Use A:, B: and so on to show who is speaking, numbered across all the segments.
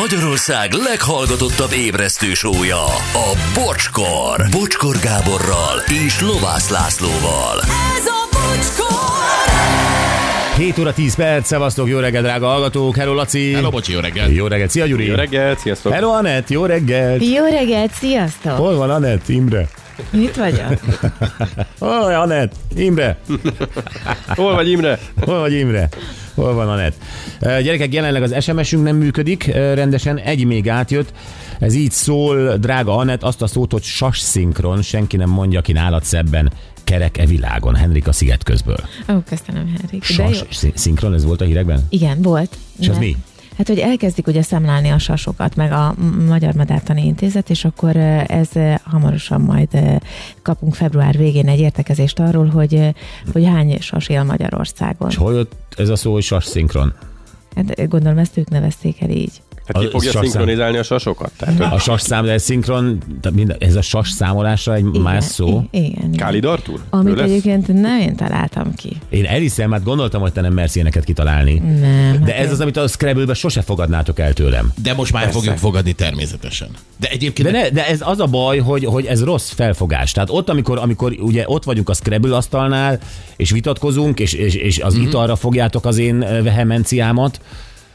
A: Magyarország leghallgatottabb ébresztő sója, a Bocskor. Bocskor Gáborral és Lovász Lászlóval.
B: Ez a bocskor!
C: 7 óra 10 perc, szevasztok, jó reggel, drága hallgatók, hello Laci!
D: Hello, bocsi, jó reggel.
C: Jó reggel, szia Gyuri!
E: Jó reggelt, sziasztok!
C: Hello Anett, jó reggel!
F: Jó reggelt, sziasztok!
C: Hol van Anett, Imre?
F: Itt vagyok.
C: Hol van Anett, Imre?
E: Hol vagy Imre?
C: Hol vagy Imre? Hol van Anett? Ö, Gyerekek, jelenleg az SMS-ünk nem működik ö, rendesen, egy még átjött. Ez így szól, drága Anett, azt a szót, hogy sas szinkron, senki nem mondja, ki nálad szebben kerek e világon, Henrik a sziget közből.
F: Ó, köszönöm, Henrik. De jó.
C: Sas szin- szinkron, ez volt a hírekben?
F: Igen, volt.
C: És az
F: de-
C: mi?
F: Hát, hogy elkezdik ugye szemlálni a sasokat, meg a M- Magyar Madártani Intézet, és akkor ö, ez ö, hamarosan majd ö, kapunk február végén egy értekezést arról, hogy, ö, hogy hány sas él Magyarországon.
C: És hol jött ez a szó, hogy sas szinkron?
F: Hát, ö, gondolom ezt ők nevezték el így.
E: Hát ki
C: Az
E: fogja
C: sasszám.
E: szinkronizálni a sasokat? Tehát, hogy
C: A sas szám, de ez szinkron, tehát minden, ez a sas számolásra egy Igen. más szó.
F: i- Igen. igen.
E: Kálid Artur? Ő
F: Amit
E: lesz?
F: egyébként nem én találtam ki.
C: Én elhiszem, hát gondoltam, hogy te nem mersz ilyeneket kitalálni.
F: Nem.
C: De ez az, amit a Scrabble-be sose fogadnátok el tőlem.
D: De most már Persze. fogjuk fogadni természetesen. De egyébként
C: De, ne, de ez az a baj, hogy, hogy ez rossz felfogás. Tehát ott, amikor, amikor ugye ott vagyunk a Scrabble asztalnál, és vitatkozunk, és, és, és az mm-hmm. italra fogjátok az én eh, vehemenciámat,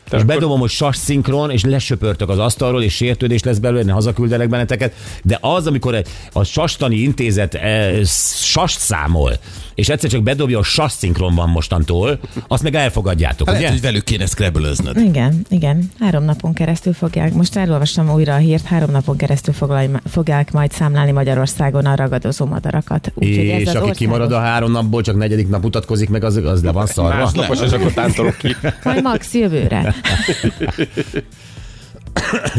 C: és
E: akkor-
C: bedobom, hogy sas szinkron, és lesöpörtök az asztalról, és sértődés lesz belőle, én hazaküldelek benneteket. De az, amikor egy- a sastani intézet eh, sast számol, és egyszer csak bedobja, hogy sas szinkron van mostantól, azt meg elfogadjátok,
D: Hát lehet,
C: ugye?
D: hogy velük kéne scrabble
F: Igen, igen. Három napon keresztül fogják, most elolvastam újra a hírt, három napon keresztül foglal, fogják majd számlálni Magyarországon a ragadozó madarakat. Úgyhogy
C: És
F: ez az
C: aki
F: országos-
C: kimarad a három napból, csak negyedik nap mutatkozik meg, az, az le van szarva.
E: Másnapos, és akkor táncolok ki.
F: Majd max jövőre.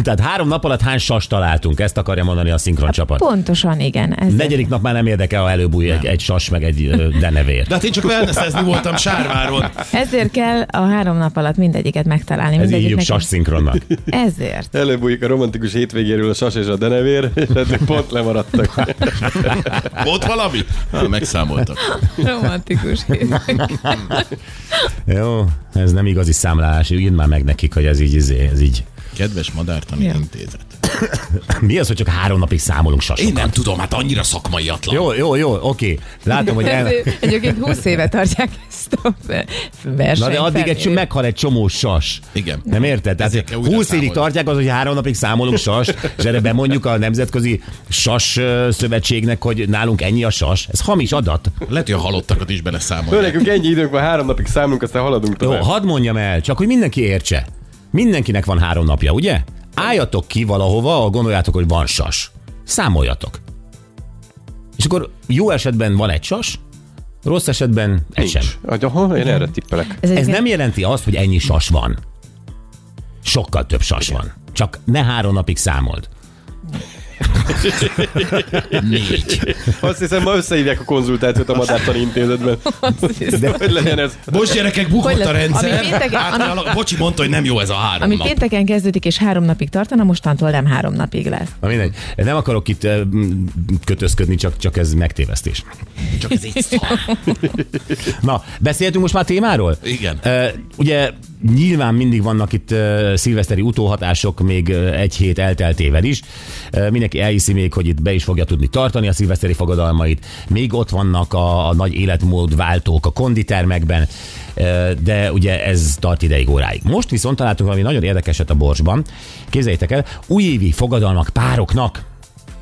C: Tehát három nap alatt hány sas találtunk, ezt akarja mondani a szinkron csapat.
F: Pontosan igen. Ez
C: Negyedik nap már nem érdekel, ha előbúj egy, egy sas, meg egy ö, denevér.
D: De hát én csak wellnessezni voltam Sárváron.
F: Ezért kell a három nap alatt mindegyiket megtalálni.
C: Ez így
F: mindegyiknek-
C: hívjuk sas szinkronnak.
F: Ezért.
E: Előbb bújik a romantikus hétvégéről a sas és a denevér, és eddig pont lemaradtak.
D: Volt valami? Na, megszámoltak.
F: Romantikus
C: Jó, ez nem igazi számlálás. Írd már meg nekik, hogy ez így, izé, ez így.
D: Kedves madártani
F: Ja.
D: intézet.
C: Mi az, hogy csak három napig számolunk
D: Én
C: sasokat?
D: nem tudom, hát annyira szakmaiatlan.
C: Jó, jó, jó, oké. Látom, hogy el...
F: Egyébként 20 éve tartják ezt a versenyt.
C: Na de addig egy, meghal egy csomó sas.
D: Igen.
C: Nem érted? Tehát
D: Ezekkel újra
C: 20 évig
D: számolunk.
C: tartják az, hogy három napig számolunk sas, és erre bemondjuk a Nemzetközi Sas ö, Szövetségnek, hogy nálunk ennyi a sas. Ez hamis adat.
D: Lehet, hogy a halottakat is
E: Ő
D: beleszámolják.
E: nekünk ennyi időnk van, három napig számlunk, aztán haladunk
C: Jó,
E: tovább.
C: hadd mondjam el, csak hogy mindenki értse. Mindenkinek van három napja, ugye? Álljatok ki valahova, ahol gondoljátok, hogy van sas. Számoljatok. És akkor jó esetben van egy sas, rossz esetben egy sem.
E: Nincs. Aha, én erre tippelek.
C: Ez
F: egyébként-
C: nem jelenti azt, hogy ennyi sas van. Sokkal több sas van. Csak ne három napig számold.
D: Négy.
E: Azt hiszem, ma összehívják a konzultációt a Madártani Intézetben. Hogy legyen ez.
D: Most gyerekek bukott
F: Hogy
D: a
F: lesz?
D: rendszer.
F: Ami pénteken-
D: Átállag- Bocsi mondta, hogy nem jó ez a három
F: Ami
D: nap.
F: pénteken kezdődik és három napig tartana, mostantól nem három napig lesz.
C: Na mindegy, nem akarok itt ö, m, kötözködni, csak, csak ez megtévesztés.
D: Csak ez így szar.
C: Na, beszéltünk most már témáról?
D: Igen.
C: Ö, ugye nyilván mindig vannak itt ö, szilveszteri utóhatások még ö, egy hét elteltével is. Ö, mindenki elhiszi még, hogy itt be is fogja tudni tartani a szilveszteri fogadalmait. Még ott vannak a, a nagy életmódváltók a konditermekben, Ö, de ugye ez tart ideig óráig. Most viszont találtunk valami nagyon érdekeset a borsban. Képzeljétek el, újévi fogadalmak pároknak.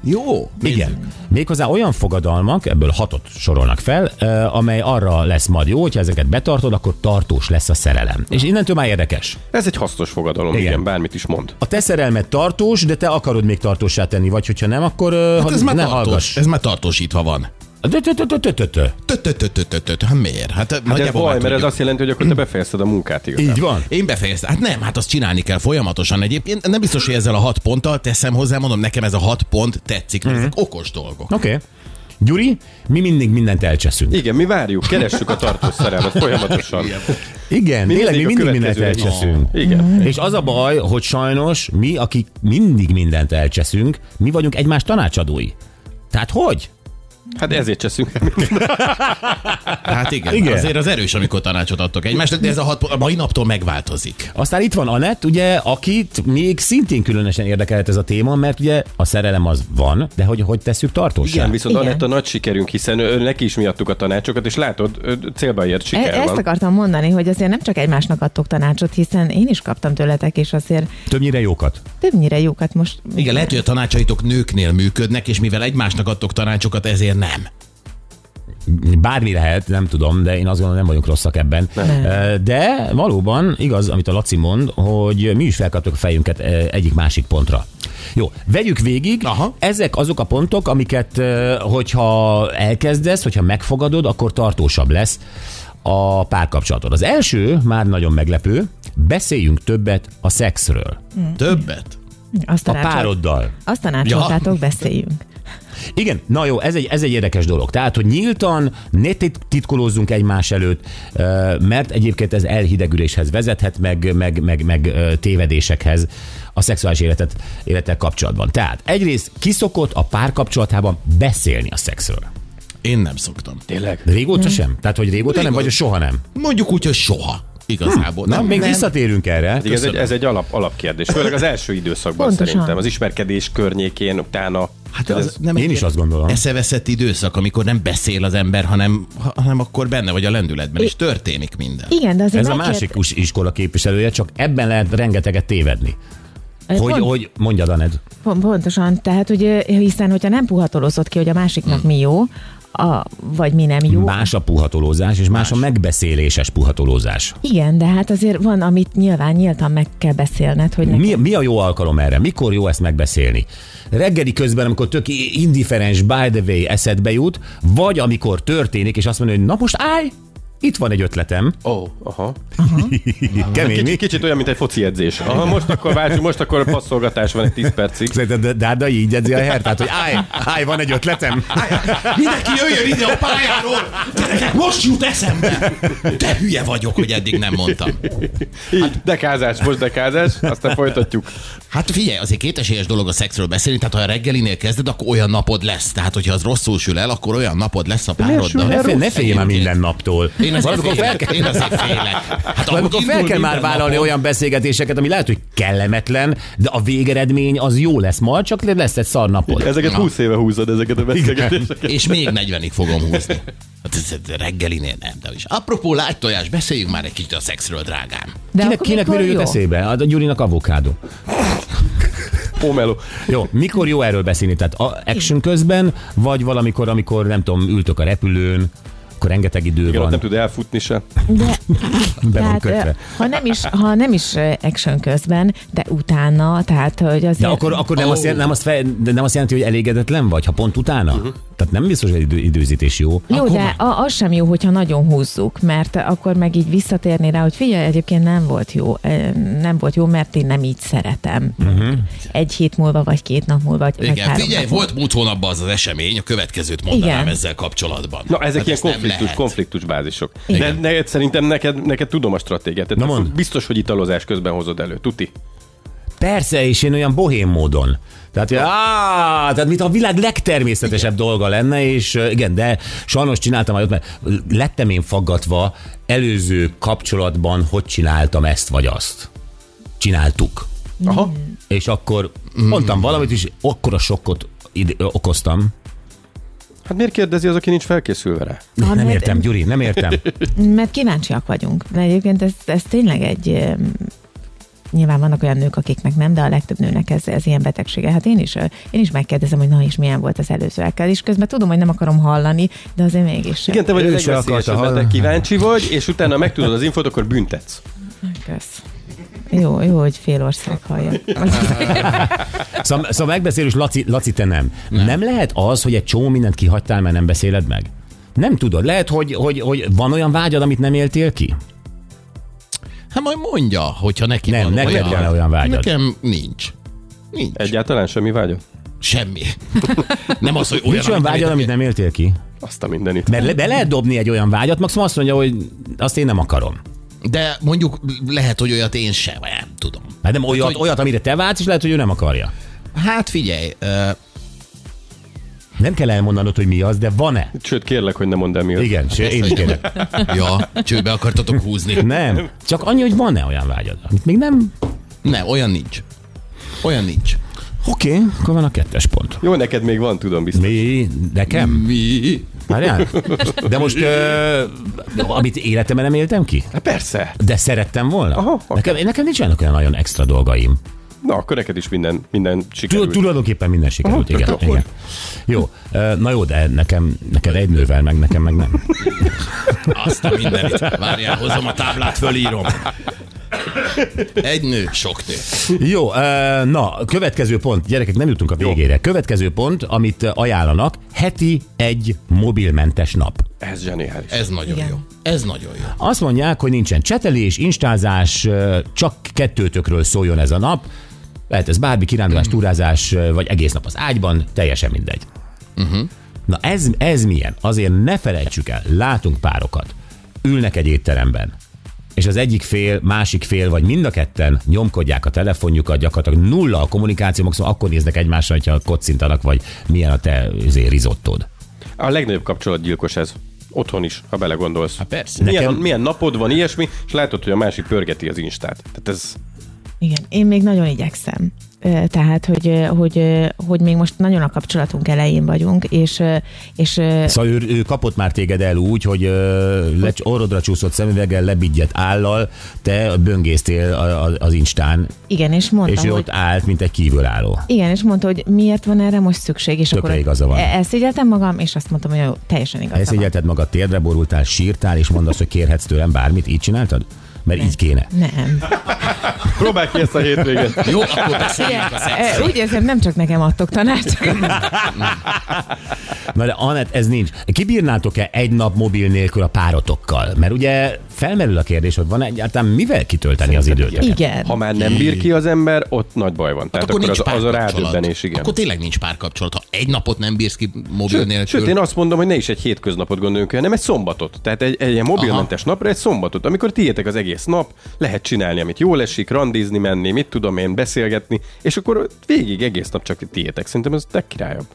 D: Jó.
C: Igen. Méghozzá olyan fogadalmak, ebből hatot sorolnak fel, ö, amely arra lesz majd jó, hogyha ezeket betartod, akkor tartós lesz a szerelem. És innentől már érdekes.
E: Ez egy hasznos fogadalom,
C: Igen.
E: igen, bármit is mond.
C: A te szerelmed tartós, de te akarod még tartósá tenni, vagy hogyha nem, akkor hát
D: Hát ez már
C: ne
D: tartós.
C: hallgass.
D: Ez már tartósítva van.
C: Tö-tö-tö-tö-tö-tö.
D: Tötötötötötöt. Hát miért? Hát
E: Hát ez
D: nagyjából már
E: baj, mert ez
D: tudjuk.
E: azt jelenti, hogy akkor te befejezted a munkát igazán.
C: Így van.
D: Én befejeztem. Hát nem, hát azt csinálni kell folyamatosan egyébként. Nem biztos, hogy ezzel a hat ponttal teszem hozzá, mondom, nekem ez a hat pont tetszik, mert
C: Mhm.
D: ezek okos dolgok.
C: Oké. Okay. Gyuri, mi mindig mindent elcseszünk.
E: Igen, mi várjuk, keressük a tartós szerelmet folyamatosan.
C: Igen,
E: Mi
C: tényleg mi
E: mindig a
C: mindig mindent
E: következő.
C: elcseszünk.
E: Igen.
C: És az a baj, hogy sajnos mi, akik mindig mindent elcseszünk, mi vagyunk egymás tanácsadói. Tehát hogy?
E: Hát ezért cseszünk el.
D: Hát
C: Igen.
D: igen, igen, azért az erős, amikor tanácsot adtok egymásnak, de ez a, hat, pont- a mai naptól megváltozik.
C: Aztán itt van Anett, ugye, akit még szintén különösen érdekelhet ez a téma, mert ugye a szerelem az van, de hogy, hogy tesszük tartósá?
E: Igen, viszont
F: Igen.
E: Anett a nagy sikerünk, hiszen ő, neki is mi adtuk a tanácsokat, és látod, ö, célba ért
F: E-
E: siker
F: ezt
E: van.
F: akartam mondani, hogy azért nem csak egymásnak adtok tanácsot, hiszen én is kaptam tőletek, és azért
C: Többnyire jókat.
F: többnyire jókat most.
D: Igen, lehet, hogy a tanácsaitok nőknél működnek, és mivel egymásnak adtok tanácsokat, ezért nem.
C: Bármi lehet, nem tudom, de én azt gondolom, nem vagyunk rosszak ebben. Ö, De valóban igaz, amit a Laci mond, hogy mi is felkaptuk a fejünket ö, egyik-másik pontra. Jó, vegyük végig.
D: Aha.
C: Ezek azok a pontok, amiket, ö, hogyha elkezdesz, hogyha megfogadod, akkor tartósabb lesz a párkapcsolatod. Az első már nagyon meglepő, beszéljünk többet a szexről.
D: Többet?
F: Azt
C: A
F: tanácsol-
C: pároddal.
F: Azt tanácsoltátok, beszéljünk.
C: Igen, na jó, ez egy, ez egy érdekes dolog. Tehát, hogy nyíltan ne tit- titkolózzunk egymás előtt, ö, mert egyébként ez elhidegüléshez vezethet, meg, meg, meg, meg ö, tévedésekhez a szexuális életet, élettel kapcsolatban. Tehát egyrészt kiszokott a párkapcsolatában beszélni a szexről.
D: Én nem szoktam.
E: Tényleg?
C: Régóta sem? Tehát, hogy régóta nem, vagy
D: Régóta.
C: hogy soha nem?
D: Mondjuk úgy, hogy soha. Igazából.
C: Hm. Na, még
D: nem.
C: visszatérünk erre.
E: Ez egy, ez egy alap, alapkérdés, főleg az első időszakban
F: Pontosan.
E: szerintem, az ismerkedés környékén, utána.
D: Hát az nem
C: Én is azt gondolom.
D: Eszeveszett időszak, amikor nem beszél az ember, hanem, ha- hanem akkor benne vagy a lendületben, és történik minden.
F: Igen, de azért
C: Ez a
F: megkér-
C: másik us- iskola képviselője, csak ebben lehet rengeteget tévedni. Hogy,
F: Pont-
C: hogy mondjad, Aned.
F: Pont, pontosan, tehát hogy ö, hiszen, hogyha nem puhatolózott ki, hogy a
C: Hm.
F: másiknak mi jó, a, vagy mi nem jó.
C: Más a puhatolózás, és más, más a megbeszéléses puhatolózás.
F: Igen, de hát azért van, amit nyilván nyíltan meg kell beszélned, hogy neked
C: Mi, mi a jó alkalom erre? Mikor jó ezt megbeszélni? Reggeli közben, amikor tök indifferens, by the way eszedbe jut, vagy amikor történik, és azt mondja, hogy na most állj, itt van egy ötletem.
E: Ó, oh, aha.
C: Kemény, mi?
E: Kicsit, kicsit olyan, mint egy foci edzés. Aha, most akkor váltsunk, most akkor passzolgatás van egy 10 percig.
C: Szerinted Dáda hát, így edzi a hertát, hogy állj, állj, van egy ötletem.
D: Mindenki jöjjön ide a pályáról! Gyerekek, most jut eszembe! Te hülye vagyok, hogy eddig nem mondtam.
E: Így, Hát, dekázás, most dekázás, aztán folytatjuk.
D: Hát figyelj, azért két esélyes dolog a szexről beszélni, tehát ha a reggelinél kezded, akkor olyan napod lesz. Tehát, hogyha az rosszul sül el, akkor olyan napod lesz a pároddal.
C: Ne, fél, ne félj már
D: Egyébként.
C: minden naptól.
D: Én azért,
C: Valamikor fel
D: félek,
C: kell,
D: én azért félek. Hát
C: valamikor
D: ahogy
C: fel
D: indul
C: kell már
D: minden
C: vállalni
D: napom-
C: olyan beszélgetéseket, ami lehet, hogy kellemetlen, de a végeredmény az jó lesz majd, csak lesz egy szar napod.
E: Ezeket 20 éve húzod, ezeket a beszélgetéseket.
D: És még 40-ig fogom húzni. Hát ez ez reggelinél nem, de is. Apropó lágy tojás, beszéljünk már egy kicsit a szexről, drágám.
F: De
C: Kinek,
F: akkor
C: kinek
F: mikor
C: miről jut
F: jó?
C: eszébe? Hát A Gyurinak avokádó.
E: Pomelo.
C: Jó, mikor jó erről beszélni? Tehát a action közben, vagy valamikor, amikor nem tudom, ültök a repülőn, akkor rengeteg idő
E: Igen, ott
C: van,
E: nem tud elfutni se.
F: De,
C: be van
F: tehát, Hát, ö,
C: kötve.
F: ha nem, is, ha nem is ö, action közben, de utána, tehát hogy azért...
C: De akkor, akkor nem, oh. azt jelenti, nem, azt fel, de nem azt jelenti, hogy elégedetlen vagy, ha pont utána?
D: Mhm.
C: Uh-huh. Tehát nem biztos, hogy idő, időzítés jó.
F: Jó,
D: Akkor
F: de a, az sem jó, hogyha nagyon húzzuk, mert akkor meg így visszatérni rá, hogy figyelj, egyébként nem volt jó, ö, nem volt jó, mert én nem így szeretem. Uh-huh. Egy hét múlva, vagy két nap múlva, vagy, vagy
D: Mhm. Igen,
F: három
D: figyelj,
F: nap múlva.
D: volt múlt hónapban az az esemény, a következőt mondanám
F: Igen.
D: ezzel kapcsolatban.
E: Na, ezek
D: Hát
E: hát ilyen
D: ezt nem
E: konfliktus,
D: lehet.
E: konfliktus bázisok. De neked, szerintem neked, neked tudom a stratégiát. Tehát
C: Na
E: azt
C: mondd.
E: biztos, hogy italozás közben hozod elő. Tuti.
C: Persze, és én olyan bohém módon. Tehát, hogy, áh, tehát mint a világ legtermészetesebb igen. dolga lenne, és ö, igen, de sajnos csináltam olyat, mert lettem én faggatva előző kapcsolatban, hogy csináltam ezt vagy azt. Csináltuk.
E: Aha.
C: És akkor mondtam valamit, és akkora sokkot ide, ö, okoztam.
E: Hát miért kérdezi az, aki nincs felkészülve rá?
F: Ah,
C: nem
F: mert-
C: értem, Gyuri, nem értem.
F: Mert kíváncsiak vagyunk. De egyébként ez, ez tényleg egy... ö, Nyilván vannak olyan nők, akiknek nem, de a legtöbb nőnek ez, ez ilyen betegsége. Hát én is, ö, én is megkérdezem, hogy na és milyen volt az előzőekkel, és közben tudom, hogy nem akarom hallani, de azért mégis.
E: Igen, te vagy
C: Ő
E: az
C: se akarta
E: legveszélyesebb, mert te
C: hallani.
E: kíváncsi vagy, és utána megtudod az infót, akkor büntetsz.
F: Kösz. Jó, jó, hogy fél ország hallja.
C: Szóval, szóval megbeszélős, Laci, Laci, te nem. nem. Nem lehet az, hogy egy csomó mindent kihagytál, mert nem beszéled meg? Nem tudod. Lehet, hogy, hogy, hogy van olyan vágyad, amit nem éltél ki?
D: Hát majd mondja, hogyha neki
C: Nem,
D: van
C: neked
D: olyan. Hát
C: van-e olyan vágyad?
D: Nekem nincs. Nincs. Egy...
E: Egyáltalán semmi vágyod?
D: Semmi. nem az, hogy olyan,
C: Nincs olyan
D: amit-
C: vágyad, amit nem éltél ki?
E: Azt a mindenit.
C: Mert le, be lehet dobni egy olyan vágyat, maximum azt mondja, hogy azt én nem akarom.
D: De mondjuk lehet, hogy olyat én sem, vagy nem tudom.
C: Hát nem olyat,
D: hogy-
C: olyat, amire te vágysz, és lehet, hogy ő nem akarja.
D: Hát figyelj, ö,
C: Nem kell elmondanod, hogy mi az, de van-e?
E: Sőt, kérlek, hogy ne mondd el mi az.
D: Hát
C: Igen, sőt, én is kérek.
D: Ja, csőbe akartatok húzni.
C: Nem, csak annyi, hogy van-e olyan vágyad, amit még nem...
D: Nem, olyan nincs. Olyan nincs.
C: Oké, okay, akkor van a kettes pont.
E: Jó, neked még van, tudom biztos.
C: Mi? Nekem?
D: Mi?
C: Várjál. De most, ö, amit életemben nem éltem ki?
E: Hát persze.
C: De szerettem volna?
E: Aha, oké.
C: nekem, nekem nincsenek olyan nagyon extra dolgaim.
E: Na, akkor neked is minden, minden
C: Tud,
E: sikerült.
C: tulajdonképpen minden sikerült, igen. igen. Jó, ö, na jó, de nekem, neked egy nővel, meg nekem meg nem.
D: Azt a mindenit. Várjál, hozom a táblát, fölírom. Egy nő, sok nő.
C: Jó, ö, na, következő pont, gyerekek, nem jutunk a végére. Következő pont, amit ajánlanak, heti egy mobilmentes nap.
E: Ez zseniális.
D: Ez nagyon
F: Igen.
D: jó. Ez nagyon jó.
C: Azt mondják, hogy nincsen csetelés, instázás, ö, csak kettőtökről szóljon ez a nap. Lehet ez bármi kirándulás, túrázás, ö, vagy egész nap az ágyban, teljesen mindegy. Uh-huh. Na ez, ez milyen? Azért ne felejtsük el, látunk párokat, ülnek egy étteremben, és az egyik fél, másik fél, vagy mind a ketten nyomkodják a telefonjukat, gyakorlatilag nulla a kommunikáció, maximum akkor néznek egymásra, hogyha kocintanak, vagy milyen a te izé, rizottód.
E: A legnagyobb kapcsolatgyilkos ez. Otthon is, ha belegondolsz. Hát
D: persze.
E: Milyen,
C: Nekem-
E: milyen napod van, ilyesmi, és látod, hogy a másik pörgeti az instát. Tehát ez
F: Igen, én még nagyon igyekszem. Ö, Tehát, hogy, ö, hogy, ö, hogy még most nagyon a kapcsolatunk elején vagyunk, és, ö, és ö,
C: Szóval ő, ő kapott már téged el úgy, hogy ö, le, orrodra csúszott szemüveggel, lebigyett állal, te böngésztél a- a- az Instán,
F: igen, és mondtam,
C: és ő
F: hogy,
C: ott állt, mint egy kívülálló.
F: igen, és mondta, hogy miért van erre most szükség, és
C: Tökre
F: akkor
C: igaza van.
F: e- elszégyeltem magam, és azt mondtam, hogy jó, teljesen igaza van.
C: Elszégyelted magad, térdre borultál, sírtál, és mondasz, hogy kérhetsz tőlem bármit, így csináltad? Mert így kéne.
F: Nem.
E: Próbálj ki ezt a hétvégét.
D: Jó, akkor beszéljünk a
F: E,
D: szexről.
F: Úgy érzem, nem csak nekem adtok tanácsokat.
C: Na de Anett, ez nincs. Kibírnátok-e egy nap mobil nélkül a párotokkal? Mert ugye felmerül a kérdés, hogy van egyáltalán mivel kitölteni az időt.
F: Igen.
E: Ha már nem bír ki az ember, ott nagy baj
D: Hát
E: van. Tehát Hát akkor, az, az a rádöbbenés, igen.
D: Akkor tényleg nincs párkapcsolat, ha egy napot nem bírsz ki mobil nélkül.
E: Sőt, én azt mondom, hogy ne is egy hétköznapot gondoljunk, el, hanem egy szombatot. Tehát egy, egy ilyen mobilmentes napra egy szombatot, amikor tiétek az egész nap, lehet csinálni, amit jól esik, randizni, menni, mit tudom én, beszélgetni, és akkor végig egész nap csak tiétek. Szerintem ez de királyabb.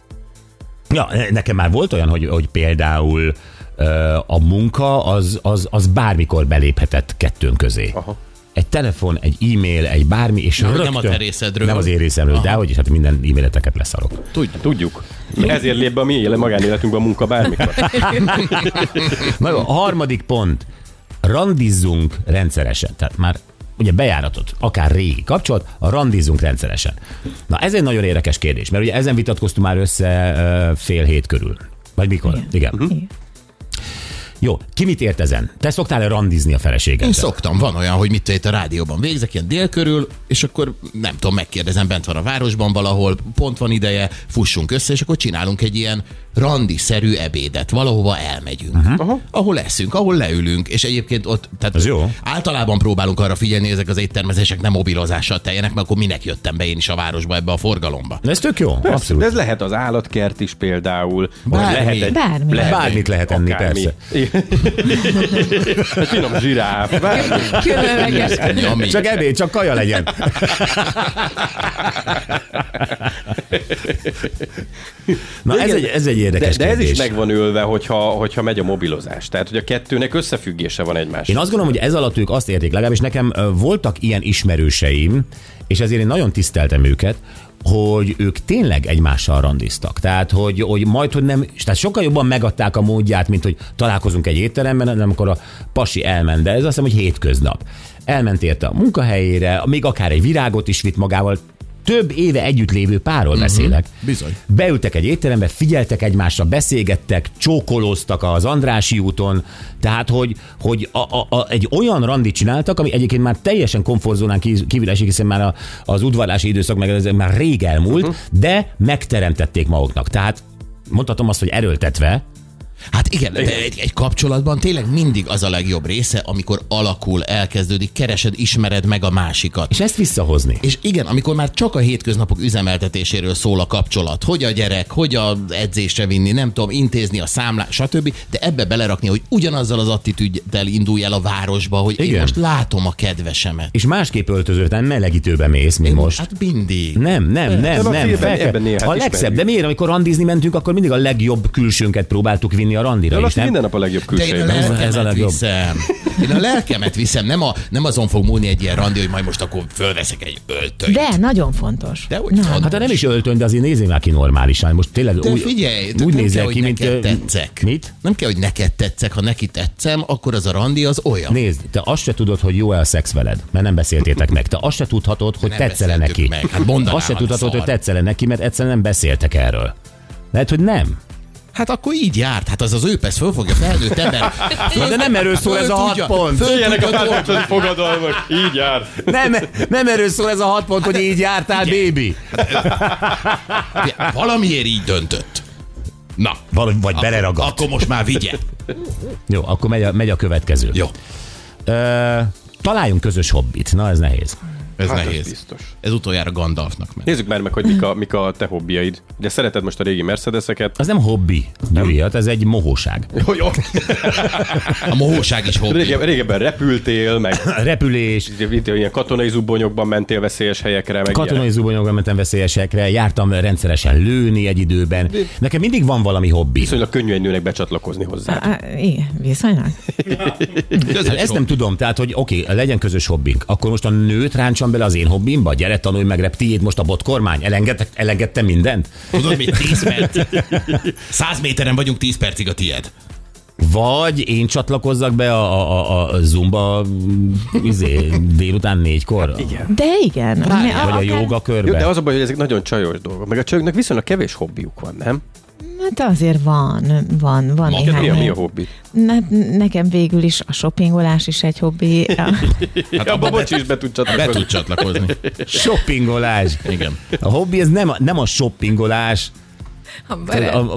C: Ja, nekem már volt olyan, hogy, hogy például ö, a munka az, az, az bármikor beléphetett kettőnk közé.
E: Aha.
C: Egy telefon, egy e-mail, egy bármi, és
D: Ja, hogy
C: rögtön,
D: nem a te részedről.
C: Nem az én részemről, de hogy is, hát minden e-maileteket leszarok.
E: Tudjuk. Tudjuk. Ezért lép be a mi éle magánéletünkbe a munka bármikor.
C: Na jó, a harmadik pont. Randizzunk rendszeresen. Tehát már ugye bejáratot, akár régi kapcsolat, a randizzunk rendszeresen. Na ez egy nagyon érdekes kérdés, mert ugye ezen vitatkoztunk már össze ö, fél hét körül. Vagy mikor? Igen. Mhm.
F: Igen.
C: Igen.
F: Igen.
C: Jó, ki mit ért ezen? Te szoktál-e randizni a feleségeddel?
D: Én szoktam, van olyan, hogy mit tudom, itt a rádióban végzek, ilyen dél körül, és akkor nem tudom, megkérdezem, bent van a városban valahol, pont van ideje, fussunk össze, és akkor csinálunk egy ilyen randiszerű ebédet, valahova elmegyünk,
E: Mhm.
D: uh-huh. ahol leszünk, ahol leülünk, és egyébként ott, tehát
C: Ez jó.
D: általában próbálunk arra figyelni, hogy ezek az éttermezések nem mobilozással teljenek, mert akkor minek jöttem be én is a városba, ebbe a forgalomba.
C: De ez tök jó, abszolút.
E: De ez lehet az állatkert is például. vagy
D: Bármi.
E: Lehet egy,
F: Bármi.
E: lehet
C: Bármit lehet enni,
E: akármi. Egy finom zsiráf. Bármi.
F: Különleges.
D: Nyami.
C: Csak ebéd, csak kaja legyen. Na ez
E: igen,
C: egy, ez egy
E: De,
C: érdekes
E: de ez is
C: kérdés.
E: meg van ölve, hogyha, hogyha megy a mobilozás. Tehát, hogy a kettőnek összefüggése van egymással.
C: Én azt gondolom, hogy ez alatt ők azt érték, legalábbis nekem ö, voltak ilyen ismerőseim, és ezért én nagyon tiszteltem őket, hogy ők tényleg egymással randiztak. Tehát, hogy, hogy majd, hogy nem, tehát sokkal jobban megadták a módját, mint hogy találkozunk egy étteremben, hanem akkor a pasi elment, de ez azt hiszem, hogy hétköznap. Elment érte a munkahelyére, még akár egy virágot is vitt magával, több éve együtt lévő párról beszélek.
D: bizony.
C: Beültek egy étterembe, figyeltek egymásra, beszélgettek, csókolóztak az Andrási úton, tehát hogy, hogy a, a, a, egy olyan randit csináltak, ami egyébként már teljesen komfortzónán kíz- kívül esik, hiszen már a, az udvarlási időszak meg ez már rég
E: Mhm.
C: elmúlt, uh-huh. de megteremtették maguknak. Tehát mondhatom azt, hogy erőltetve,
D: Hát igen,
E: Igen.
D: De egy, egy kapcsolatban tényleg mindig az a legjobb része, amikor alakul, elkezdődik, keresed, ismered meg a másikat.
C: És ezt visszahozni.
D: És igen, amikor már csak a hétköznapok üzemeltetéséről szól a kapcsolat, hogy a gyerek, hogy a edzésre vinni, nem tudom, intézni a számlát, stb. De ebbe belerakni, hogy ugyanazzal az attitűddel indulj el a városba, hogy igen. én
C: Igen.
D: most látom a kedvesemet.
C: És másképp öltöző, nem melegítőbe mész, mint most. Hm?
D: Hát mindig.
C: Nem, nem, nem,
E: a
C: nem.
E: filmben
C: fel kell-
E: ebben néha
C: a
E: hát
C: legszebb,
E: ismerjük.
C: de miért, amikor randizni mentünk, akkor mindig a legjobb külsőnket próbáltuk vinni a randira
E: De
C: is,
E: azt
C: nem?
E: minden nap a legjobb
D: De én a
E: külsejében.
C: Ez- ez a
D: lelkemet ez a
C: legjobb.
D: viszem. Én a lelkemet viszem, nem, a, nem azon fog múlni egy ilyen randi, hogy majd most akkor fölveszek egy öltönyt.
F: De nagyon fontos.
D: De hogy
F: Na,
D: fontos.
C: Hát de nem is öltöny, de azért nézzél már ki normálisan. Most tényleg
D: De
C: úgy,
D: figyelj, tehát
C: úgy
D: nem
C: nézel
D: kell,
C: ki,
D: hogy
C: mint...
D: neked
C: ö,
D: tetszek.
C: Mit?
D: Nem kell, hogy neked tetszek, ha neki tetszem, akkor az a randi az olyan.
C: Nézd, te azt se tudod, hogy jó-e a szex veled, mert nem beszéltétek meg. Te azt se tudhatod, hogy
D: Nem
C: tetszele
D: beszéltük
C: neki.
D: meg. Hát mondanám,
C: azt se
D: hát
C: tudhatod,
D: szar.
C: hogy tetszele neki, mert egyszerűen nem beszéltek erről. Lehet, hogy nem.
D: Hát akkor így járt, hát az az őpesz föl fogja felnőtt ember.
C: Na, Hát de nem erről szól ez a hat pont.
E: Ilyenek a párkapcsolati fogadalmak, így jár.
C: Nem, nem erről szól ez a hat pont, hogy így jártál, bébi.
D: Valamiért így döntött. Na,
C: Valahogy vagy beleragadt.
D: akkor most már vigye.
C: Jó, akkor megy a, megy a következő.
D: Jó,
C: Ö, találjunk közös hobbit. Na, ez nehéz.
D: ez
E: Hát ez
D: nehéz.
E: biztos.
D: Ez utoljára Gandalfnak ment.
E: Nézzük már meg, hogy mik a, mik a te hobbiaid. Ugye szereted most a régi Mercedeseket.
C: Az nem hobbi, Gyuri, hát ez egy mohóság.
E: Jó, jó.
D: A mohóság is hobbi.
E: Rége, régebben repültél, meg
C: Repülés,
E: itt ilyen katonai zubbonyokban mentél veszélyes helyekre, meg
C: katonai
E: ilyenek.
C: zubonyokra mentem veszélyesekre, jártam rendszeresen lőni egy időben. Nekem mindig van valami hobbi.
E: Viszonylag könnyű egy nőnek becsatlakozni hozzá.
F: Á, á, igen, viszonylag.
C: Hát ezt nem tudom, tehát hogy oké, okay, legyen közös hobbink, akkor most a nőt ráncsam bele az én hobbimba, gyere tanulj meg, rep, tiéd most a botkormány, elengedte, elengedte mindent?
D: Tudod mit? 10 perc. 100 méteren vagyunk 10 percig a tied.
C: Vagy én csatlakozzak be a, a, a, a zumba mm, izé, délután négykor? Igen.
F: De igen. mi-
C: Vagy a joga
E: Jó, de
C: körbe?
E: az a baj, hogy ezek nagyon csajos dolgok. Meg a csajoknak viszonylag kevés hobbiuk van, nem?
F: Hát azért van, van, van
E: Neked mi a, mi a
F: néhány.
E: hobbi?
F: Ne, nekem végül is a shoppingolás is egy hobbi. A-
E: Hát abba bocsi is be tud
D: Be
E: csatlakozni.
D: tud csatlakozni.
C: Shoppingolás.
D: Igen.
C: A hobbi ez nem, a- nem a shoppingolás, a, a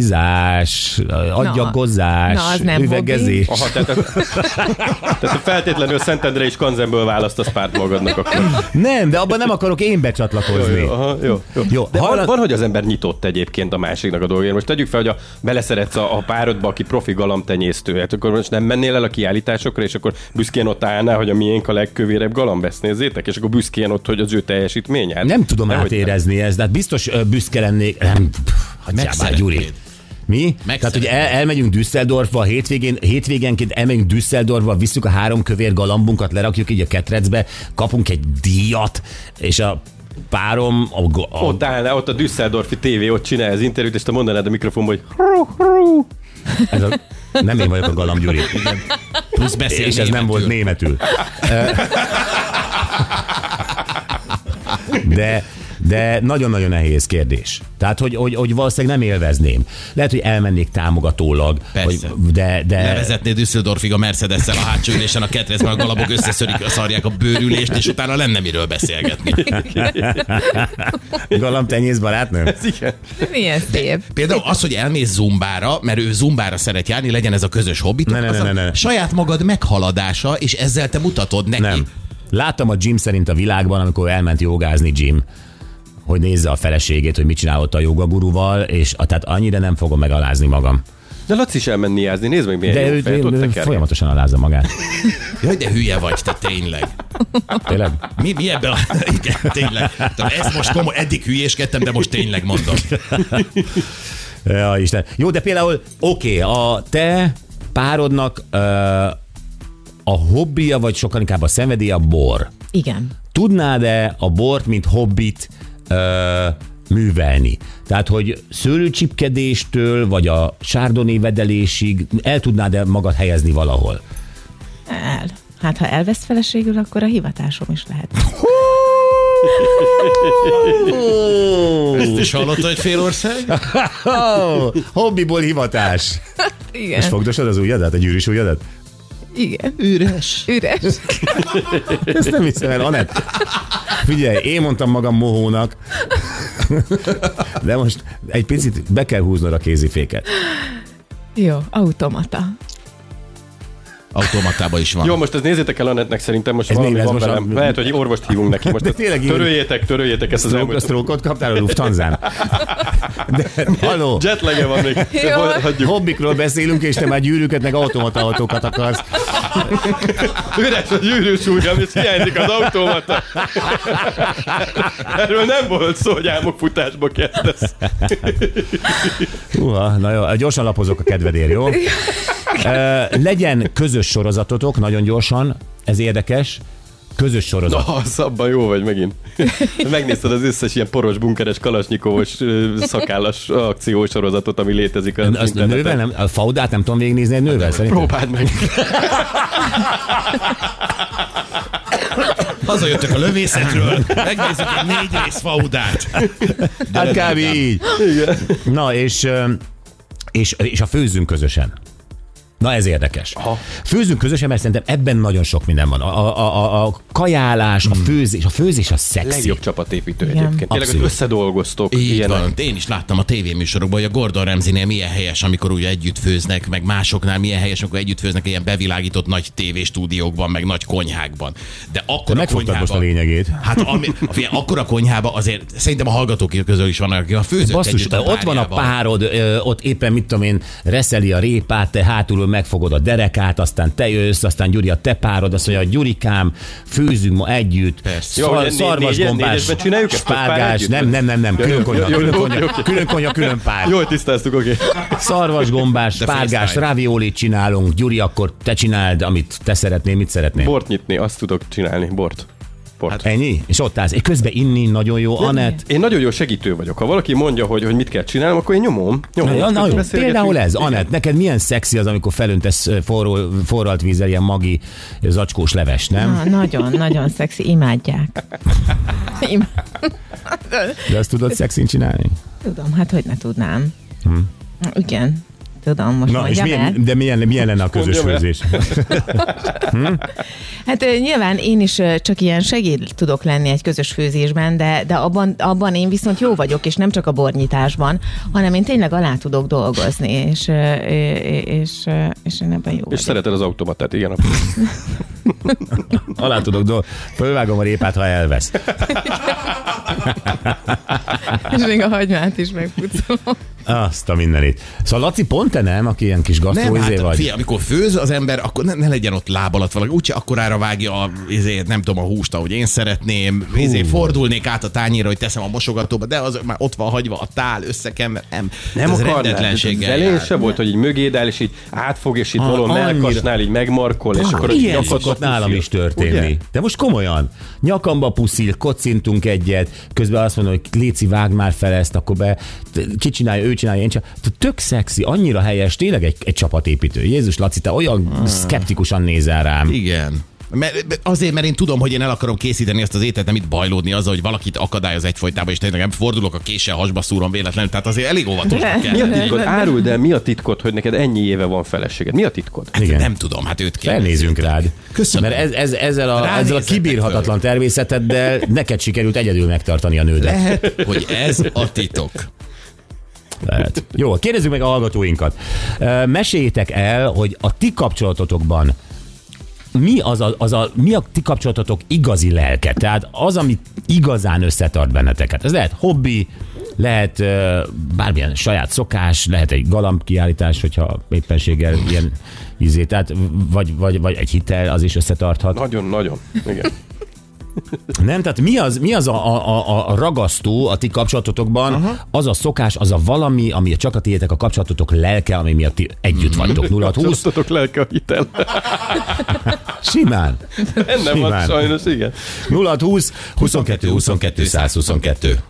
C: makramizás, a agyagozás,
F: na, az nem
C: üvegezés.
E: Aha, tehát, tehát feltétlenül Szentendre és Kanzenből választasz párt magadnak akkor.
C: Nem, de abban nem akarok én becsatlakozni.
E: Jó, aha, jó, jó.
C: Jó,
E: De van,
C: hajlan-
E: van, hogy az ember nyitott egyébként a másiknak a dolgért. Most tegyük fel, hogy a, beleszeretsz a, a párodba, aki profi galamtenyésztő. Hát akkor most nem mennél el a kiállításokra, és akkor büszkén ott állnál, hogy a miénk a legkövérebb galambesz, nézzétek, és akkor büszkén ott, hogy az ő teljesítmény. Hát,
C: Nem tudom
E: Dehogy
C: átérezni ezt, de hát biztos ö, büszke lennék. Nem, pff, hagyjál már,
D: Megszeretnéd.
C: Gyuri. Mi?
D: Megszeretnéd.
C: Tehát, hogy el, elmegyünk Düsseldorfba, a hétvégén, hétvégenként elmegyünk Düsseldorfba, visszük a három kövér galambunkat, lerakjuk így a ketrecbe, kapunk egy díjat, és a párom a, go- a,
E: Ott állná, ott a Düsseldorfi tévé, ott csinálja az interjút, és te mondanád a mikrofonba, hogy
C: ez a nem én vagyok a galamb, Gyuri.
D: Plusz beszél
C: és ez nem
D: németül.
C: volt németül. De, de nagyon-nagyon nehéz kérdés. Tehát, hogy, hogy, hogy valószínűleg nem élvezném. Lehet, hogy elmennék támogatólag, vagy,
D: Persze.
C: de, de
D: Levezetné Eh. Düsseldorfig a mercedes a hátsó ülésen, a ketrezben a galabok összeszörik, a szarják a bőrülést, és utána lenne miről beszélgetni.
C: galamtenyész barátnőm.
E: igen.
F: Milyen szép.
D: Például az, hogy elmész zumbára, mert ő zumbára szeret járni, legyen ez a közös hobbi.
C: Ne, ne,
D: az
C: ne, ne,
D: a
C: ne.
D: Saját magad meghaladása, és ezzel te mutatod neki.
C: Nem. Láttam a Jim szerint a világban, amikor elment jogázni Jim, hogy nézze a feleségét, hogy mit csinál ott a jogaguruval, és a, tehát annyira nem fogom megalázni magam.
E: De Laci is elmenni jázni, nézd meg milyen
C: De
E: jó
C: ő,
E: fejet,
C: ő,
E: ott
C: ő
E: teker.
C: folyamatosan alázza magát.
D: Jaj, de hülye vagy, te tényleg.
C: Tényleg?
D: Mi, mi ebben a... Igen, tényleg. Tehát ezt most komoly, eddig hülyéskedtem, de most tényleg mondom.
C: Ja, Isten. Jó, de például, oké, okay, a te párodnak ö, a hobbija, vagy sokan inkább a szenvedélye a bor.
F: Igen.
C: Tudnád-e a bort, mint hobbit ö, művelni? Tehát, hogy szőlőcsipkedéstől, vagy a sárdoné vedelésig el tudnád-e magad helyezni valahol?
F: El. Hát ha elvesz feleségül, akkor a hivatásom is lehet.
D: Ezt is hallottad, hogy Félország?
C: Oh, hobbiból hivatás.
F: Igen.
C: fogdosod az ujjadat, a gyűrűs ujjadat?
F: Igen. Üres. Üres.
C: Ezt nem hiszem el, Anett. Figyelj, én mondtam magam mohónak, de most egy picit be kell húznod a kéziféket.
F: Jó, automata.
D: Automatában is van.
E: Jó, most ezt nézzétek el Annettnek, szerintem most
C: Ez
E: valami
C: mi lesz
E: van
C: most
E: velem.
C: a-
E: Lehet, hogy orvost hívunk neki most.
C: De
E: ezt
C: tényleg ilyen-
E: töröljétek, töröljétek ezt az
C: Stroke,
E: elmúlt.
C: stroke-ot kaptál a Lufthansa-n? De, halló,
E: Jetlege van még.
F: Jó.
E: Hol- Hagyjuk.
C: hobbikról beszélünk, és te már gyűrűket, meg automata autókat akarsz.
E: Üres a gyűrűs ujjam, és hiányzik az automata. Erről nem volt szó, hogy álmokfutásba kezdesz.
C: Uha, na jó, gyorsan lapozok a kedvedért, jó? Ö, legyen közös sorozatotok, nagyon gyorsan, ez érdekes. Közös sorozat.
E: Na, az abban Ah, jó vagy megint. Megnézted az összes ilyen poros, bunkeres, kalasnyikovos, ö, szakállas akciósorozatot, ami létezik. Az
C: Azt
E: interneten.
C: nővel nem, a faudát nem tudom végignézni egy
E: Hát
C: nővel szerintem.
E: Próbáld meg.
D: Hazajöttök a lövészetről, megnézzük egy négy rész faudát.
C: Hát kb. így. Na, és, ö, és, és a főzünk közösen. Na ez érdekes. Aha. Főzünk közösen, mert szerintem ebben nagyon sok minden van. A, a, a, a kajálás, a főzés, a főzés a szexi.
E: Legjobb csapatépítő
F: Igen.
E: egyébként. Tényleg, hogy
C: Abszolút.
E: összedolgoztok.
D: Így
E: ilyenek.
D: van. Én is láttam a tévéműsorokban, hogy a Gordon Ramsay-nél milyen helyes, amikor ugye együtt főznek, meg másoknál milyen helyes, amikor együtt főznek ilyen bevilágított nagy tévéstúdiókban, meg nagy konyhákban. De akkor a
C: Megfogtad most a
D: konyhában...
C: lényegét.
D: Hát ami, figyelj, akkor a konyhába azért szerintem a hallgatók közül is van, aki a főzött
C: Basszus,
D: együtt a
C: ott van a
D: párjával.
C: párod, ö, ott éppen, mit tudom én, reszeli a répát, te hátulról megfogod a derekát, aztán te jössz, aztán Gyuri a te párod, azt mondja, Gyurikám, főzünk ma együtt,
D: Persze.
E: Jó,
C: szar-
E: ugye négy- négyen-
C: szarvasgombás,
E: négyesben csináljuk ezt, vagy pár
C: spárgás,
E: együtt?
C: nem, nem, nem, nem,
E: Jó, jó,
C: külön konyha,
E: jó, jó,
C: külön
E: jó, jó,
C: konyha,
E: jó.
C: külön konyha, külön pár.
E: Jól tisztáztuk, oké.
C: Szarvasgombás,
D: De
C: spárgás,
D: freestyle.
C: raviolit csinálunk, Gyuri, akkor te csináld, amit te szeretnél, mit szeretnél.
E: Bort nyitni, azt tudok csinálni. Bort. Bort.
C: Ennyi? És ott állsz. És közben inni nagyon jó, Anett.
E: Én nagyon jó segítő vagyok. Ha valaki mondja, hogy, hogy mit kell csinálnom, akkor én nyomom. nyomom.
C: Na, na, jó,
E: Beszélgetünk.
C: például ez, Anett, neked milyen szexi az, amikor felöntesz ö, forró, forralt vízzel ilyen magi ö, zacskós leves, nem?
F: Na, Ah, nagyon, nagyon szexi, imádják. Imád...
C: De azt tudod szexin csinálni?
F: Tudom, hát hogy ne tudnám. Igen, tudom, most
C: Hm. Na, és
F: mondjam el.
C: milyen, de milyen, milyen lenne a közös
E: Mondjam el.
C: főzés?
F: Hát ö, nyilván én is ö, csak ilyen segéd tudok lenni egy közös főzésben, de, de abban, abban én viszont jó vagyok, és nem csak a bornyitásban, hanem én tényleg alá tudok dolgozni, és, ö, ö, és, ö, és én ebben jó
E: És
F: vagyok.
E: szereted az automatát, igen.
C: Alá tudok, do- fölvágom a répát, ha elvesz.
F: És még a hagymát is megpucolom.
C: Azt a mindenit. Szóval Laci, pont te nem, aki ilyen kis
D: Nem,
C: gasztróizé
D: hát,
C: vagy?
D: Fia, amikor főz az ember, akkor ne, ne legyen ott láb alatt valaki. Úgyse akkorára vágja a, izé, nem tudom, a húst, ahogy én szeretném. Izé, fordulnék át a tányérra, hogy teszem a mosogatóba, de az már ott van hagyva a tál, összekemer. Nem, ez
E: Nem akarnád. Az
D: rendetlenséggel
E: elején
D: jár.
E: se volt, hogy így mögéd áll, és így átfog, és itt
C: Ah,
E: való
C: annyira.
E: melkasnál így megmarkol, és akkor
C: Ilyen
E: nyakadba
C: szokott nálam
E: puszil.
C: is történni.
E: Ugye?
C: Ugye? De most komolyan. Nyakamba puszil, kocintunk egyet, közben azt mondom, hogy Léci, vág már fel ezt, akkor be, t- ki csinálja, ő csinálja, én csinálja. Tök szexi, annyira helyes, tényleg egy, egy csapatépítő. Jézus Laci, te olyan hmm. szkeptikusan nézel rám.
D: Igen. Mert, mert azért, mert én tudom, hogy én el akarom készíteni ezt az ételt, nem itt bajlódni azzal, hogy valakit akadályoz egyfolytában, és tényleg nem fordulok a késsel, hasba szúrom véletlenül. Tehát azért elég óvatosnak
E: Mi a
D: kell.
E: titkod? Áruld el, mi a titkod, hogy neked ennyi éve van feleséged? Mi a titkod?
C: Igen.
D: Nem tudom, hát őt kell.
C: Felnézünk rád.
D: Köszönöm.
C: Mert ez, ez, ezzel, a, ezzel a
D: Ránézzetek
C: kibírhatatlan természeteddel neked sikerült egyedül megtartani a nődet.
D: Lehet, hogy ez a titok.
C: Lehet. Jó, kérdezzük meg a hallgatóinkat. Ö, Meséljétek el, hogy a ti kapcsolatotokban mi az a, az a, mi a ti kapcsolatotok igazi lelke? Tehát az, ami igazán összetart benneteket. Ez lehet hobbi, lehet ö, bármilyen saját szokás, lehet egy galamkiállítás, hogyha éppenséggel ilyen izé, tehát vagy, vagy, vagy egy hitel, az is összetarthat.
E: Nagyon, nagyon. Igen.
C: Nem, tehát mi az, mi az a, a, a, a ragasztó a ti kapcsolatotokban, Aha. az a szokás, az a valami, ami csak a tiétek a kapcsolatotok lelke, ami miatt ti együtt vagytok. 0 20
E: Csaptatok lelke a hitel.
C: simán.
E: Ennem van
C: Simán.
E: sajnos, igen.
C: 0 20 22 22 122.